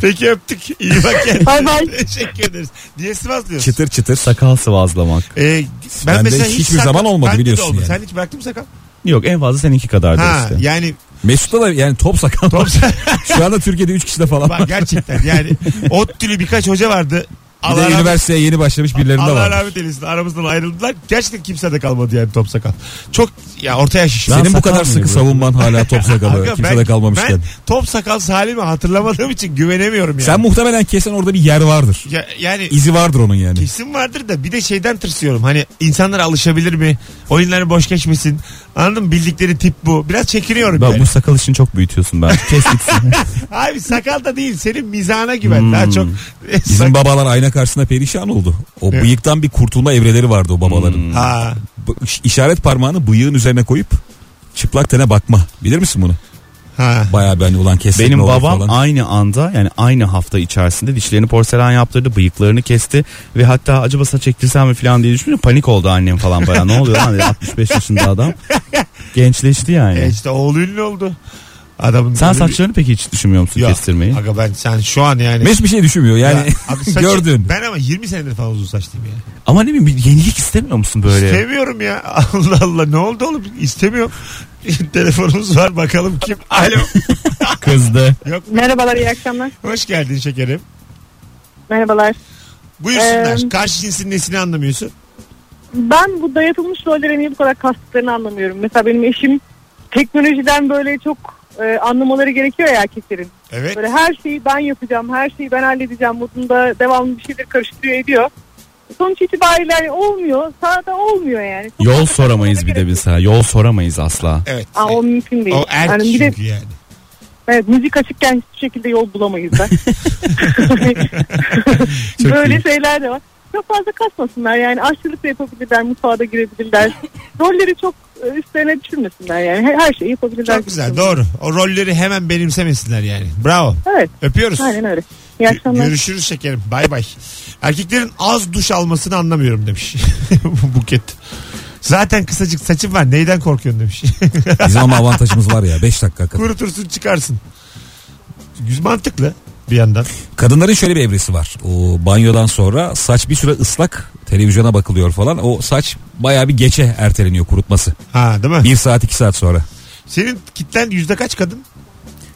Peki öptük. İyi bak kendine. Bay bay. Teşekkür ederiz. Niye sıvazlıyorsun? Çıtır çıtır. Sakal sıvazlamak. Ee, ben Bende mesela hiç hiçbir sakal- zaman olmadı Bende de biliyorsun olmadı. yani. Sen hiç bıraktın mı sakal? Yok en fazla seninki kadar da Ha, işte. yani Mesut'ta da yani top sakal. top Şu anda Türkiye'de 3 kişi de falan Bak var. gerçekten yani ODTÜ'lü birkaç hoca vardı. Bir de Allah rahmet, üniversiteye yeni başlamış birilerinde Allah var. rahmet eylesin. Aramızdan ayrıldılar. Gerçekten kimse de kalmadı yani top sakal. Çok ya ortaya şişmiş. Senin bu sakal kadar mı sıkı bu? savunman hala top sakalı. Kanka Kimse ben- de kalmamışken. Ben top sakal Salim'i hatırlamadığım için güvenemiyorum yani. Sen muhtemelen kesin orada bir yer vardır. Ya- yani İzi vardır onun yani. kesin vardır da bir de şeyden tırsıyorum. Hani insanlar alışabilir mi? Oyunları boş geçmesin. Anladın mı? Bildikleri tip bu. Biraz çekiniyorum. Bak yani. bu sakal işini çok büyütüyorsun ben. Kes gitsin. Abi sakal da değil. Senin mizahına güven. Daha Hmm. çok. Bizim babalar ayna karşısında perişan oldu. O Evet. bıyıktan bir kurtulma evreleri vardı o babaların. ha. Bu iş- İşaret parmağını bıyığın üzerine koyup çıplak tene bakma. Bilir misin bunu? Ha. Bayağı bir hani ulan kestik ne Benim olur babam falan. aynı anda yani aynı hafta içerisinde dişlerini porselen yaptırdı, bıyıklarını kesti ve hatta acaba saç ektirsem mi falan diye düşündüm. Panik oldu annem falan bayağı. Ne oluyor lan dedi, 65 yaşında adam. Gençleşti yani. E işte oğlu ünlü oldu. Adamın Sen böyle bir- saçlarını peki hiç düşünmüyor musun Yok. kestirmeyi? Aga ben sen şu an yani. Mesut bir şey düşünmüyor yani. Ya, abi saçı- Gördün. Ben ama 20 senedir falan uzun saçlıyım ya. Ama ne bileyim bir yenilik istemiyor musun böyle? İstemiyorum ya. Allah Allah ne oldu oğlum? İstemiyorum. Telefonumuz var bakalım kim? Alo. Kızdı. Yok. Merhabalar iyi akşamlar. Hoş geldin şekerim. Merhabalar. Buyursunlar. Ee, Karşı cinsin nesini anlamıyorsun? Ben bu dayatılmış rollere niye bu kadar kastıklarını anlamıyorum. Mesela benim eşim teknolojiden böyle çok e, anlamaları gerekiyor ya erkeklerin. Evet. Böyle her şeyi ben yapacağım, her şeyi ben halledeceğim modunda devamlı bir şeyler karıştırıyor ediyor. Sonuç itibariyle hani olmuyor, sahada olmaları gerekiyor. Aa, Yol soramayız bir de biz sana. Yol soramayız asla. Evet. o mümkün değil. o erk yani bir de çünkü yani. evet, müzik açıkken hiçbir şekilde yol bulamayız ben. Çok Böyle iyi. şeyler de var. Çok fazla kasmasınlar yani aşçılık da yapabilirler, mutfağa da girebilirler. Rolleri çok e, üstlerine düşürmesinler yani her, her şeyi yapabilirler. Çok güzel doğru. O rolleri hemen benimsemesinler yani. Bravo. Evet Öpüyoruz. aynen öyle. İyi Gö- akşamlar. Görüşürüz şekerim. Bay bay. Erkeklerin az duş almasını anlamıyorum demiş. Buket. Zaten kısacık saçım var. Neyden korkuyorsun demiş. Bizim ama avantajımız var ya 5 dakika. kadar. Kurutursun çıkarsın. Güz mantıklı bir yandan. Kadınların şöyle bir evresi var. O banyodan sonra saç bir süre ıslak televizyona bakılıyor falan. O saç bayağı bir geçe erteleniyor kurutması. Ha değil mi? 1 saat 2 saat sonra. Senin kitlen yüzde kaç kadın?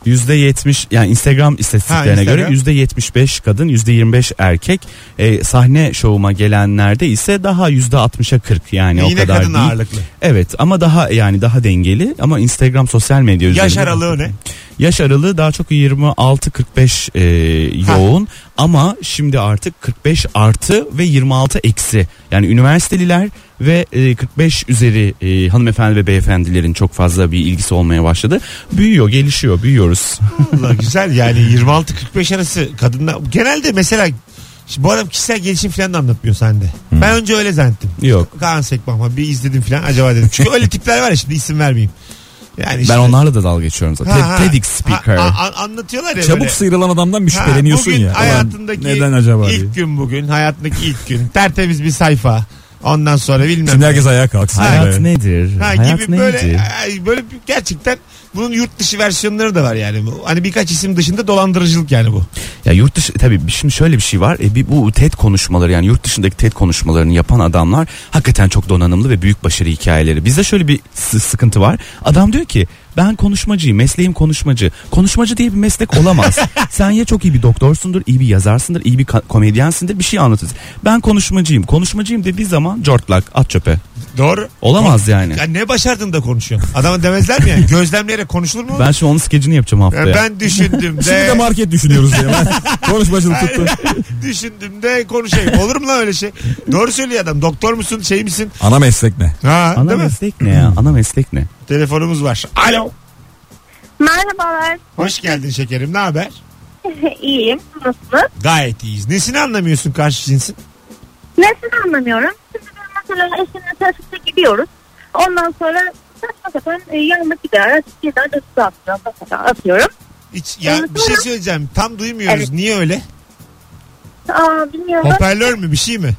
%70 yani Instagram istatistiklerine Ha, Instagram. göre %75 kadın %25 erkek. E, sahne şovuma gelenlerde ise daha %60'a 40 yani Yine o kadar kadın değil. ağırlıklı. Evet ama daha yani daha dengeli ama Instagram sosyal medya üzerinde. Yaş aralığı ne? Yaş aralığı daha çok 26-45 e, Ha. yoğun ama şimdi artık 45 artı ve 26 eksi. Yani üniversiteliler ve e, 45 üzeri e, hanımefendi ve beyefendilerin çok fazla bir ilgisi olmaya başladı. Büyüyor, gelişiyor, büyüyoruz. Allah güzel yani 26-45 arası kadınlar. Genelde mesela şimdi bu adam kişisel gelişim falan da anlatmıyor sende. Hmm. Ben önce öyle zannettim. Yok. Kaan Sekbahma bir izledim falan acaba dedim. Çünkü öyle tipler var ya şimdi isim vermeyeyim. Yani işte- Ben onlarla da dalga geçiyorum zaten. Ha, ha. TED- TEDx speaker. Ha, ha, an- anlatıyorlar ya Çabuk böyle. sıyrılan adamdan bir Ha, şüpheleniyorsun bugün ya. Ulan hayatındaki neden acaba diye. ilk gün bugün hayatındaki ilk gün tertemiz bir sayfa ondan sonra bilmem Şimdi ne. herkes ayağa kalksın. Hayat Evet. nedir? Ha, Hayat gibi neydi? böyle ay, böyle bir- gerçekten bunun yurt dışı versiyonları da var yani. Bu- Hani birkaç isim dışında dolandırıcılık yani bu. Ya yurt dışı tabii şimdi şöyle bir şey var. E, bir bu TED konuşmaları yani yurt dışındaki TED konuşmalarını yapan adamlar hakikaten çok donanımlı ve büyük başarı hikayeleri. Bizde şöyle bir sı- sıkıntı var. Adam diyor ki ben konuşmacıyım, mesleğim konuşmacı. Konuşmacı diye bir meslek olamaz. Sen ya çok iyi bir doktorsundur, iyi bir yazarsındır, iyi bir ka- komedyensindir, bir şey anlatırsın. Ben konuşmacıyım, konuşmacıyım dediği zaman cortlak, at çöpe. Doğru. Olamaz yani. Ya ne başardın da konuşuyorsun? Adama demezler mi yani? Gözlemleyerek konuşulur mu? Ben şimdi onun skecini yapacağım Ya haftaya. ben düşündüm Şimdi de de market düşünüyoruz diye. Konuşmacılık tuttu. düşündüm de konuşayım. Olur mu lan öyle şey? Doğru söylüyor adam. Doktor musun? Şey misin? Ana meslek ne? Ha, Ana değil mi? meslek ne ya? Ana meslek ne? Telefonumuz var. Alo. Merhabalar, Hoş geldin şekerim. Ne haber? iyiyim. Nasılsınız? Gayet iyiyiz. Nesini anlamıyorsun karşı cinsin? Nesini anlamıyorum. Şimdi biz mesela eşimle trafikte gidiyoruz. Ondan sonra saçma sapan e, yanımda gider. Açıkçadan da atıyorum. atıyorum. Hiç, ya Evet, bir şey ama- söyleyeceğim. Tam duymuyoruz. Evet. Niye öyle? Aa bilmiyorum. Hoparlör mü? Bir şey mi?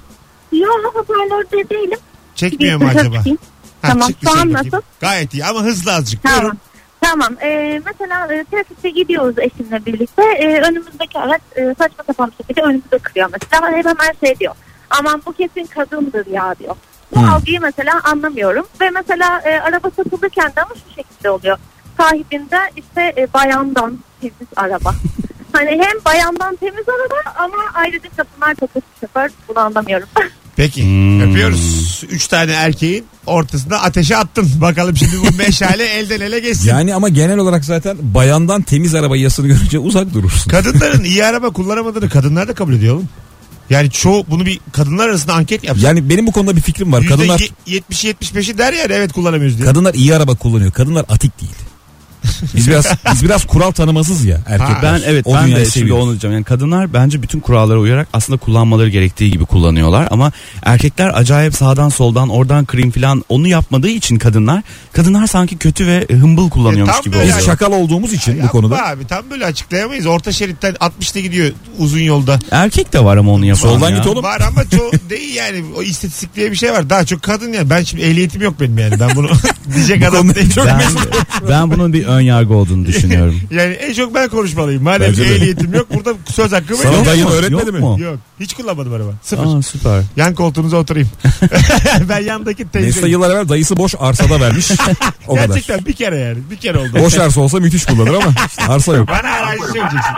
Yok hoparlörde değilim. Çekmiyor Bir mu acaba? trafikteyim. Ha, Tamam, çık bir şey şu an bakayım. nasıl? Gayet iyi ama hızlı azıcık. Tamam. Buyurun. Tamam. Ee, mesela e, trafikte gidiyoruz eşimle birlikte. Ee, önümüzdeki araç e, saçma sapan bir şekilde önümüzde kırıyor mesela. Hep hemen şey diyor. Aman bu kesin kadındır ya diyor. Bu Hmm. algıyı mesela anlamıyorum. Ve mesela e, araba satılırken de ama şu şekilde oluyor. Sahibinde işte e, bayandan temiz araba. hani hem bayandan temiz araba ama ayrıca kadınlar takıp şoför bunu anlamıyorum. Peki Hmm. öpüyoruz. Üç tane erkeğin ortasına ateşe attın. Bakalım şimdi bu meşale elden ele geçsin. Yani ama genel olarak zaten bayandan temiz araba yasını görünce uzak durursun. Kadınların iyi araba kullanamadığını kadınlar da kabul ediyor oğlum. Yani çoğu bunu bir kadınlar arasında anket yapsın. Yani benim bu konuda bir fikrim var. Kadınlar %70-75'i der yani evet kullanamıyoruz diye. kadınlar iyi araba kullanıyor. Kadınlar atik değil. Biz biraz biz biraz kural tanımasız ya erkekler. Ben evet O ben de dünyayı şimdi seviyoruz. onu diyeceğim. Yani kadınlar bence bütün kurallara uyarak aslında kullanmaları gerektiği gibi kullanıyorlar ama erkekler acayip sağdan soldan oradan kırayım falan onu yapmadığı için kadınlar kadınlar sanki kötü ve hımbıl kullanıyormuş E, tam gibi böyle oluyor. Biz şakal olduğumuz için bu Yapma konuda. abi tam böyle açıklayamayız. Orta şeritten 60'ta gidiyor uzun yolda. Erkek de var ama onu yapan. Soldan ya. git oğlum. Var ama çoğu değil yani. O istatistik diye bir şey var. Daha çok kadın yani. Ben şimdi ehliyetim yok benim yani. Ben bunu diyecek adam değilim. Ben, ben bunun bir ön yargı olduğunu düşünüyorum. Yani en çok ben konuşmalıyım. Madem Bence de. ehliyetim yok burada söz hakkım Sana yok. dayın mu? öğretmedi Yok mi? mu? Yok. Hiç kullanmadım araba. Sıfır. Aa süper. Yan koltuğunuza oturayım. ben yandaki Nesta teyzeyim. yıllar evvel dayısı boş arsada vermiş. O kadar. Gerçekten bir kere yani. Bir kere oldu. Boş arsa olsa müthiş kullanır ama işte arsa yok. Bana aracı söyleyeceksin.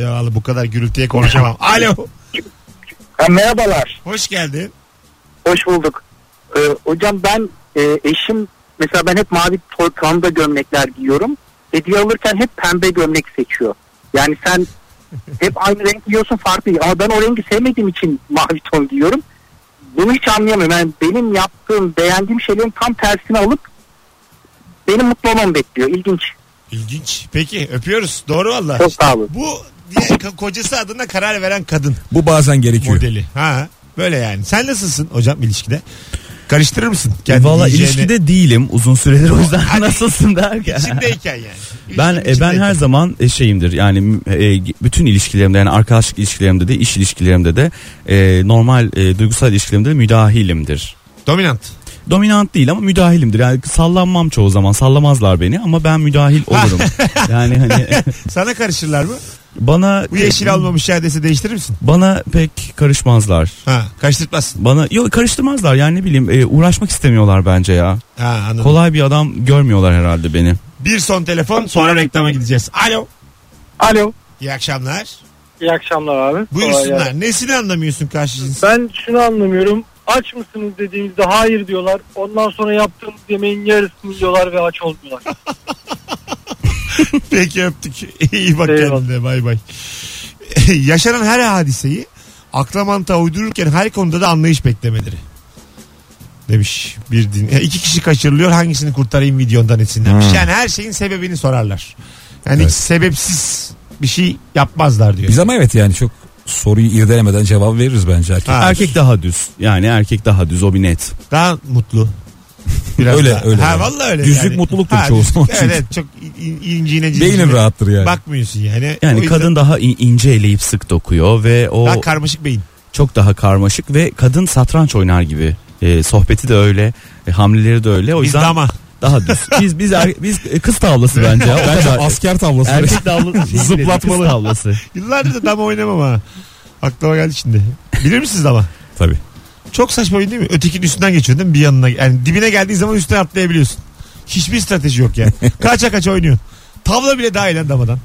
Ya Allah bu kadar gürültüye konuşamam. Alo. Ha, merhabalar. Hoş geldin. Hoş bulduk. Ee, hocam ben e, eşim mesela ben hep mavi to- tonda gömlekler giyiyorum. Hediye alırken hep pembe gömlek seçiyor. Yani sen hep aynı renk giyiyorsun farklı. Ama ben o rengi sevmediğim için mavi ton giyiyorum. Bunu hiç anlayamıyorum. Yani benim yaptığım, beğendiğim şeylerin tam tersini alıp benim mutlu olmamı bekliyor. İlginç. İlginç. Peki öpüyoruz. Doğru valla. Çok sağ olun. Bu diye ko- kocası adına karar veren kadın Bu bazen gerekiyor. modeli. Ha böyle yani. Sen nasılsın hocam ilişkide? Karıştırır mısın? Vallahi kendi giyeceğini? E, ilişkide değilim uzun süredir o yüzden Hadi. nasılsın derken. İçindeyken yani. Ben İlişkinin e, ben her içindeyken. zaman e, şeyimdir yani e, bütün ilişkilerimde yani arkadaşlık ilişkilerimde de iş ilişkilerimde de e, normal e, duygusal ilişkilerimde de müdahilimdir. Dominant. Dominant değil ama müdahilimdir. Yani sallanmam çoğu zaman. Sallamazlar beni ama ben müdahil olurum. yani hani Sana karışırlar mı? bana Bu yeşil almamış ya dese değiştirir misin? bana pek karışmazlar. Ha karıştırmazsın. Bana yok karıştırmazlar yani ne bileyim e, uğraşmak istemiyorlar bence ya. Ha anladım. Kolay bir adam görmüyorlar herhalde beni. Bir son telefon sonra reklama gideceğiz. Alo. Alo. İyi akşamlar. İyi akşamlar abi. Kolay gelsin. Buyursunlar. Nesini anlamıyorsun karşı cinsin? Ben şunu anlamıyorum. Aç mısınız dediğimizde hayır diyorlar. Ondan sonra yaptığımız yemeğin yarısını yiyorlar ve aç olmuyorlar. Peki öptük. İyi bak Eyvallah. kendine. Bay bay. Yaşanan her hadiseyi akla mantığa uydururken her konuda da anlayış beklemeleri. Demiş bir din. Ya iki kişi kaçırılıyor hangisini kurtarayım videondan etsin demiş. Yani her şeyin sebebini sorarlar. Yani hiç sebepsiz bir şey yapmazlar diyor. Biz ama evet yani çok soruyu irdelemeden cevap veririz bence erkek. Ha, Erkek daha düz. Yani erkek daha düz o bir net. daha mutlu. Biraz Öyle, daha. öyle Ha yani. vallahi öyle. Düzlük mutluluktur çoğu düzlük. zaman Evet, çünkü. evet çok in, incine Beynin rahattır yani. Bakmıyorsun yani. O Yani yüzden kadın daha in- ince eleyip sık dokuyor ve o daha karmaşık beyin. çok daha karmaşık ve kadın satranç oynar gibi. E, sohbeti de öyle, e, hamleleri de öyle. O Biz yüzden dama. daha düz. Biz biz er- biz e, kız tavlası bence. Ya. O Bence kadar. asker tavlası. erkek tavlası. Zıplatmalı. Kız tavlası. Yıllardır da dama oynamam ha. Aklıma geldi şimdi. Bilir misiniz dama? Tabii. Çok saçma oyun değil mi? Ötekinin üstünden geçiyorsun değil mi? Bir yanına. Yani dibine geldiği zaman üstüne atlayabiliyorsun. Hiçbir strateji yok yani. Kaça kaça oynuyorsun. Tavla bile daha eğlen damadan.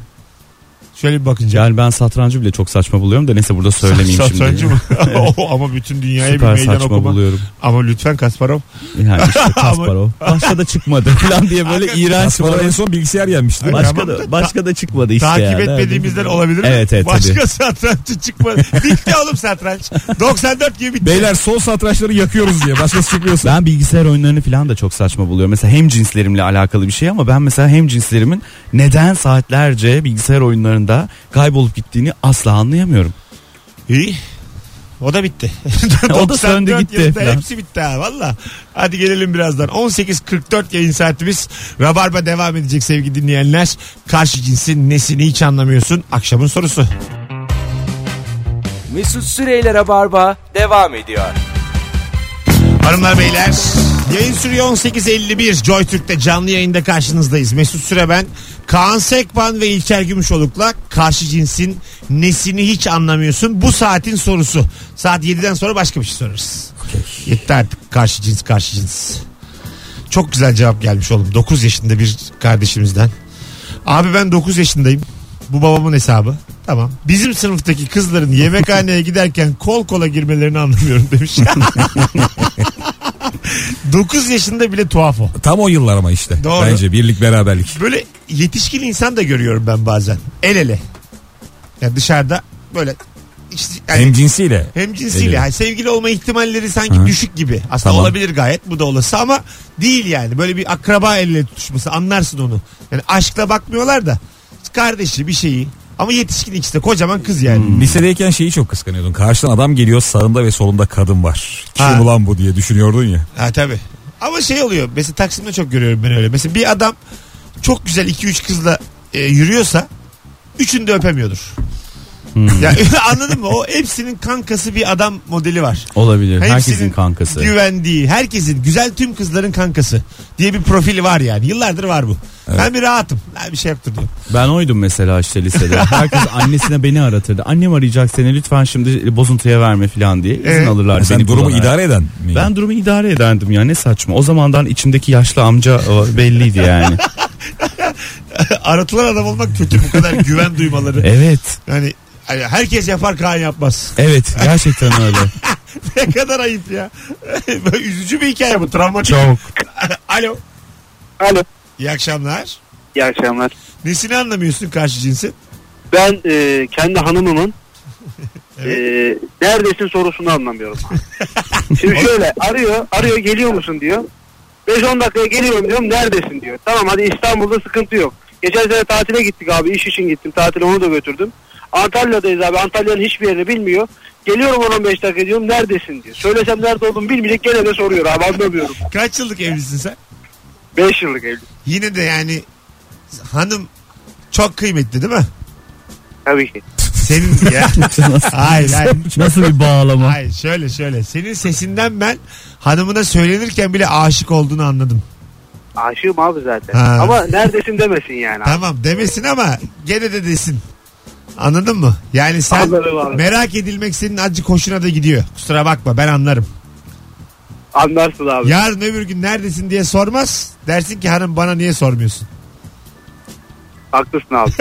Şöyle bir bakınca. Yani ben satrancı bile çok saçma buluyorum da neyse burada söylemeyeyim şimdi. Satrancı mı? O, ama bütün dünyaya Süper bir meydan saçma okuma. buluyorum. Ama lütfen Kasparov. Yani işte Kasparov. Başka da çıkmadı falan diye böyle iğrenç Kasparov en böyle. son bilgisayar yenmişti. değil mi? Başka da, başka da çıkmadı işte. Takip yani. etmediğimizden olabilir mi? Evet, evet, Başka tabii. satranççı çıkmadı. Bitti oğlum satranç. 94 gibi bitti. Beyler sol satrançları yakıyoruz diye. Başkası çıkmıyorsa. Ben bilgisayar oyunlarını falan da çok saçma buluyorum. Mesela hem cinslerimle alakalı bir şey ama ben mesela hem cinslerimin neden saatlerce bilgisayar oyunlarında kaybolup gittiğini asla anlayamıyorum. İyi. O da bitti. O da söndü 94 gitti yılında falan. Hepsi bitti ha valla. Hadi gelelim birazdan. 18.44 yayın saatimiz. Rabarba devam edecek sevgili dinleyenler. Karşı cinsin nesini hiç anlamıyorsun. Akşamın sorusu. Mesut Süreyler'e barba devam ediyor. Hanımlar beyler. Yayın sürüyor 18.51. Joy Türk'te canlı yayında karşınızdayız. Mesut Süre ben. Kaan Sekban ve İlker Gümüşoluk'la karşı cinsin nesini hiç anlamıyorsun. Bu saatin sorusu. Saat 7'den sonra başka bir şey sorarız. Yetti artık karşı cins karşı cins. Çok güzel cevap gelmiş oğlum. 9 yaşında bir kardeşimizden. Abi ben 9 yaşındayım. Bu babamın hesabı. Tamam. Bizim sınıftaki kızların yemekhaneye giderken kol kola girmelerini anlamıyorum demiş. 9 yaşında bile tuhaf o. Tam o yıllar ama işte. Doğru. Bence birlik beraberlik. Böyle yetişkin insan da görüyorum ben bazen. El ele. Yani dışarıda böyle hiç- yani Hem cinsiyle. hem cinsiyle Öyle. yani sevgili olma ihtimalleri sanki Hı. düşük gibi. Aslında Tamam. olabilir gayet bu da olası ama değil yani. Böyle bir akraba elle tutuşması anlarsın onu. Yani aşkla bakmıyorlar da kardeşi bir şeyi ama yetişkin ikisi de kocaman kız yani. Hmm. Lisedeyken şeyi çok kıskanıyordun. Karşıdan adam geliyor sağında ve solunda kadın var. Kim Ha. ulan bu diye düşünüyordun ya. Ha tabii. Ama şey oluyor. Mesela Taksim'de çok görüyorum ben öyle. Mesela bir adam çok güzel 2-3 kızla e, yürüyorsa üçünü de öpemiyordur. Hmm. Ya, anladın mı? O hepsinin kankası bir adam modeli var. Olabilir. Hepsinin Herkesin kankası. Güvendiği, herkesin, güzel tüm kızların kankası diye bir profili var yani. Yıllardır var bu. Ben bir rahatım. Ben bir şey yaptırdım. Ben oydum mesela işte lisede. Herkes annesine beni aratırdı. Annem arayacak seni lütfen şimdi bozuntuya verme falan diye. İzin Evet. alırlar Sen beni durumu kullanarak. idare eden mi? Hani Ben durumu idare ederdim ya ne saçma. O zamandan içimdeki yaşlı amca o, belliydi yani. Aratılan adam olmak kötü bu kadar güven E- duymaları. Evet. Yani hani herkes yapar Kaan yapmaz. Evet gerçekten öyle. ne kadar ayıp ya. Böyle Üzücü bir hikaye bu. Travmatik. Çok. Alo. Alo. İyi akşamlar. İyi akşamlar. Nesini anlamıyorsun karşı cinsin? Ben e, kendi hanımımın e, neredesin sorusunu anlamıyorum. Şimdi şöyle arıyor, arıyor geliyor musun diyor. 5-10 dakikaya geliyorum diyorum neredesin diyor. Tamam hadi İstanbul'da sıkıntı yok. Geçen sene tatile gittik abi iş için gittim tatile onu da götürdüm. Antalya'dayız abi Antalya'nın hiçbir yerini bilmiyor. Geliyorum 10-15 dakika diyorum neredesin diyor. Söylesem nerede olduğumu bilmeyecek gene de soruyor abi anlamıyorum. Kaç yıllık evlisin sen? 5 yıllık evli. Yine de yani hanım çok kıymetli değil mi? Tabii ki. Senin ya. hayır hayır. Nasıl bir bağlama? Hayır şöyle şöyle. Senin sesinden ben hanımına söylenirken bile aşık olduğunu anladım. Aşığım abi zaten. Ha. Ama neredesin demesin yani. abi. Tamam demesin ama gene de desin. Anladın mı? Yani sen Anladım abi. merak edilmek senin acı hoşuna da gidiyor. Kusura bakma ben anlarım. Anlarsın abi. Yarın öbür gün neredesin diye sormaz. Dersin ki hanım bana niye sormuyorsun? Haklısın abi.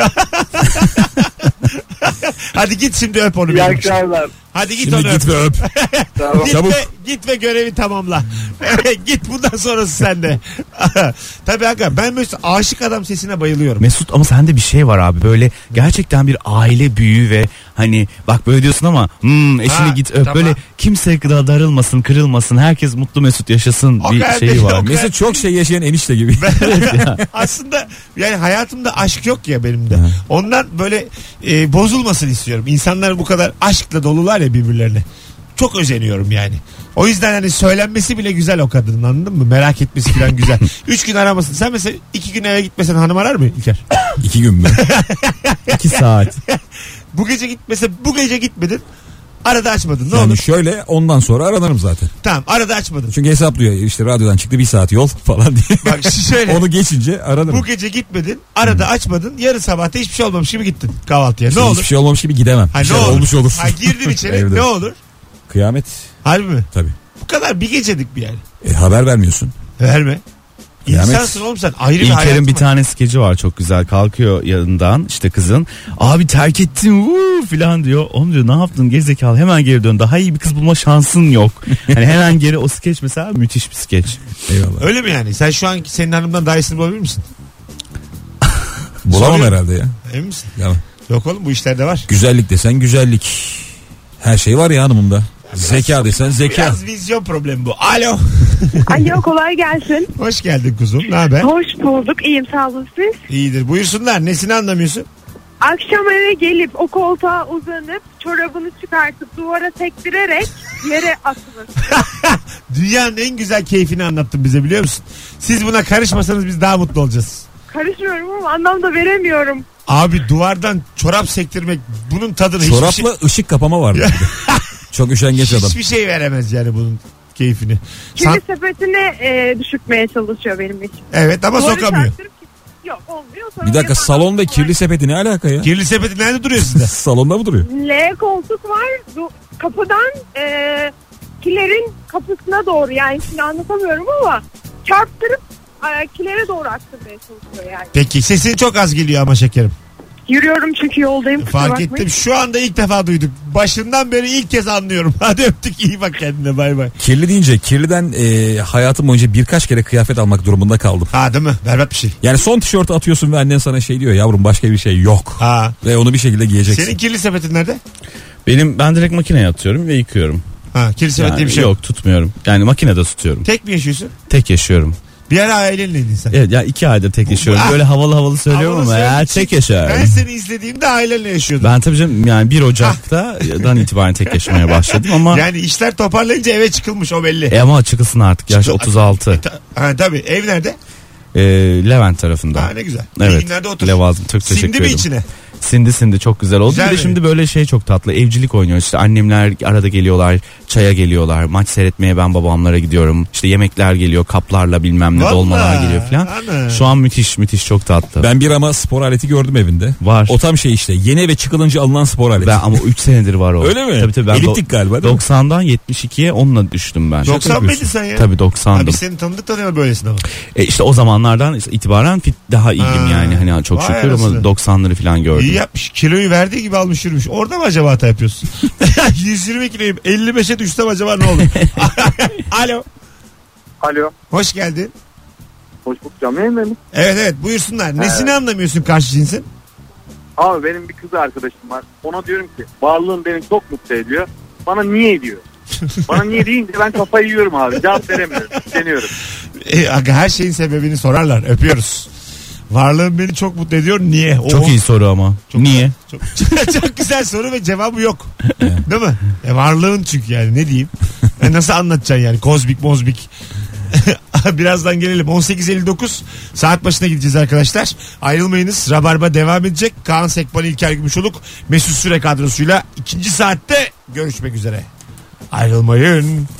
Hadi git şimdi öp onu İyi benim için. akşamlar. Hadi git Şimdi onu öp. git ve öp. Tamam. Git Çabuk. ve, git ve görevi tamamla. git bundan sonrası sende. Tabii hakikaten ben mesela aşık adam sesine bayılıyorum. Mesut ama sende bir şey var abi böyle gerçekten bir aile büyüğü ve hani bak böyle diyorsun ama hmm, eşini Ha, git öp tamam. böyle kimse kadar darılmasın kırılmasın herkes mutlu mesut yaşasın O bir kadar şeyi değil, o var. kadar. Mesut çok şey yaşayan enişte gibi. Aslında yani hayatımda aşk yok ya benim de. Ondan böyle e, bozulmasın istiyorum. İnsanlar bu kadar aşkla dolular ya birbirlerine. Çok özeniyorum yani. O yüzden hani söylenmesi bile güzel o kadının anladın mı? Merak etmesi falan güzel. Üç gün aramasın. Sen mesela iki gün eve gitmesen hanım arar mı İlker? İki gün mü? İki saat. Bu gece git mesela bu gece gitmedin. Arada açmadın. Ne yani olur? şöyle ondan sonra aranırım zaten. Tamam arada açmadın. Çünkü hesaplıyor işte radyodan çıktı bir saat yol falan diye. Bak şöyle. Onu geçince aranırım. Bu gece gitmedin. Arada açmadın. Yarın sabahta hiçbir şey olmamış gibi gittin kahvaltıya. Ne Hiçbir olur? şey olmamış gibi gidemem. Ha, Bir ne şeyler olur? olmuş olur. Ha, girdin içeri Evde. ne olur? Kıyamet Harbi mi? tabii. Bu kadar bir gecedik bir yer. E, haber vermiyorsun. Verme. Kıyamet. İnsansın oğlum sen. Ayrı bir hayatın İlker'in bir var. tane skeci var çok güzel. Kalkıyor yanından işte kızın. Abi terk ettim vuu falan diyor. Oğlum diyor ne yaptın gerizekalı hemen geri dön. Daha iyi bir kız bulma şansın yok. Hani hemen geri o skeç mesela müthiş bir skeç. Eyvallah. Öyle mi yani? Sen şu anki senin hanımdan daha iyisini bulabilir misin? Bulamam Soruyorum. herhalde ya. Emin misin? ya. Yok oğlum bu işlerde var. Güzellik desen güzellik. Her şey var ya hanımımda. Zeka desen zeka. Biraz vizyon problemi bu. Alo. Alo kolay gelsin. Hoş geldin kuzum. Ne haber? Hoş bulduk. İyiyim sağ olun siz. İyidir. Buyursunlar. Nesini anlamıyorsun? Akşam eve gelip o koltuğa uzanıp çorabını çıkartıp duvara sektirerek yere atılır. Dünyanın en güzel keyfini anlattın bize biliyor musun? Siz buna karışmasanız biz daha mutlu olacağız. Karışmıyorum ama anlam da veremiyorum. Abi duvardan çorap sektirmek bunun tadını hiçbir şey, Çorapla ışık kapama var. bende. Çok üşengeç adam. hiçbir şey veremez yani bunun keyfini. Kedi San- sepetine e, düşürtmeye çalışıyor benim için. evet ama Duvara sokamıyor. çarptırıp ki- Yok olmuyor. Sonra Bir dakika yapan- salon ve kirli sepeti ne alaka ya? Kirli sepeti nerede duruyor sizde? Salonda mı duruyor? L koltuk var. Du- kapıdan e, kilerin kapısına doğru yani şimdi anlatamıyorum ama çarptırıp e, kilere doğru attırmaya çalışıyor yani. Peki sesin çok az geliyor ama şekerim. Yürüyorum çünkü yoldayım. kusura Fark bakmayın. ettim. Şu anda ilk defa duyduk. Başından beri ilk kez anlıyorum. Hadi öptük. iyi bak kendine. Bay bay. Kirli deyince kirliden e, hayatım boyunca birkaç kere kıyafet almak durumunda kaldım. Ha değil mi? Berbat bir şey. Yani son tişörtü atıyorsun ve annen sana şey diyor yavrum başka bir şey yok. Ha. Ve onu bir şekilde giyeceksin. Senin kirli sepetin nerede? Benim ben direkt makineye atıyorum ve yıkıyorum. Ha, kilise Yani diye bir şey yok. yok tutmuyorum. Yani makinede tutuyorum. Tek mi yaşıyorsun? Tek yaşıyorum. Bir ara ailenleydin sen. Evet ya iki ayda tek yaşıyorum. Böyle havalı havalı söylüyorum Havalı ama ya söyledin. tek Ben yaşıyorum. seni izlediğimde ailenle yaşıyordum. Ben tabii canım yani 1 Ocak'tan itibaren tek yaşamaya başladım ama Yani işler toparlayınca eve çıkılmış o belli. e ama çıkılsın artık yaş Çıkıl- 36. Ta- ha, tabii ev nerede? Ee, Levent tarafında. Ha, ne güzel. Evet. Bir günlerde otur. Levazım çok teşekkür Sindi mi ederim. içine? Sindi sindi çok güzel oldu. Güzel bir de mi? şimdi böyle şey çok tatlı. Evcilik oynuyoruz. İşte annemler arada geliyorlar. Çaya geliyorlar. Maç seyretmeye ben babamlara gidiyorum. İşte yemekler geliyor. Kaplarla bilmem ne Vallahi. dolmalar geliyor falan. Ana. Şu an müthiş müthiş çok tatlı. Ben bir ama spor aleti gördüm evinde. Var. O tam şey işte yeni eve çıkılınca alınan spor aleti. Ben ama 3 senedir var o. Öyle mi? Tabii tabii ben Eliptik galiba değil mi? 90'dan 72'ye onunla düştüm ben. 90 mıydın sen ya? Tabii Abi 90'dım. seni tanıdık tanıyor böylesin ama. E işte o zamanlardan itibaren fit daha iyiyim Ha. yani. Hani çok Vay şükür ama anasını. 90'ları falan gördüm. İyi yapmış. Kiloyu verdiği gibi almış yürümüş. Orada mı acaba hata yapıyorsun? 120 kiloyum. 55'e düşsem acaba ne olur? Alo. Alo. Hoş geldin. Hoş bulduk canım yayında mı? Evet evet buyursunlar. Nesini anlamıyorsun karşı cinsin? Abi benim bir kız arkadaşım var. Ona diyorum ki varlığın beni çok mutlu ediyor. Bana niye diyor. Bana niye deyince ben kafayı yiyorum abi. Cevap veremiyorum. Deniyorum. E, aga, her şeyin sebebini sorarlar. Öpüyoruz. Varlığın beni çok mutlu ediyor. Niye? Oo. Çok iyi soru ama. Niye? Çok, çok güzel soru ve cevabı yok. Değil mi? E, varlığın çünkü yani ne diyeyim? E, nasıl anlatacaksın yani? Kozmik mozbik. Birazdan gelelim. 18.59 saat başına gideceğiz arkadaşlar. Ayrılmayınız. Rabarba devam edecek. Kaan Sekban, İlker Gümüşoluk, Mesut Süre kadrosuyla ikinci saatte görüşmek üzere. Ayrılmayın.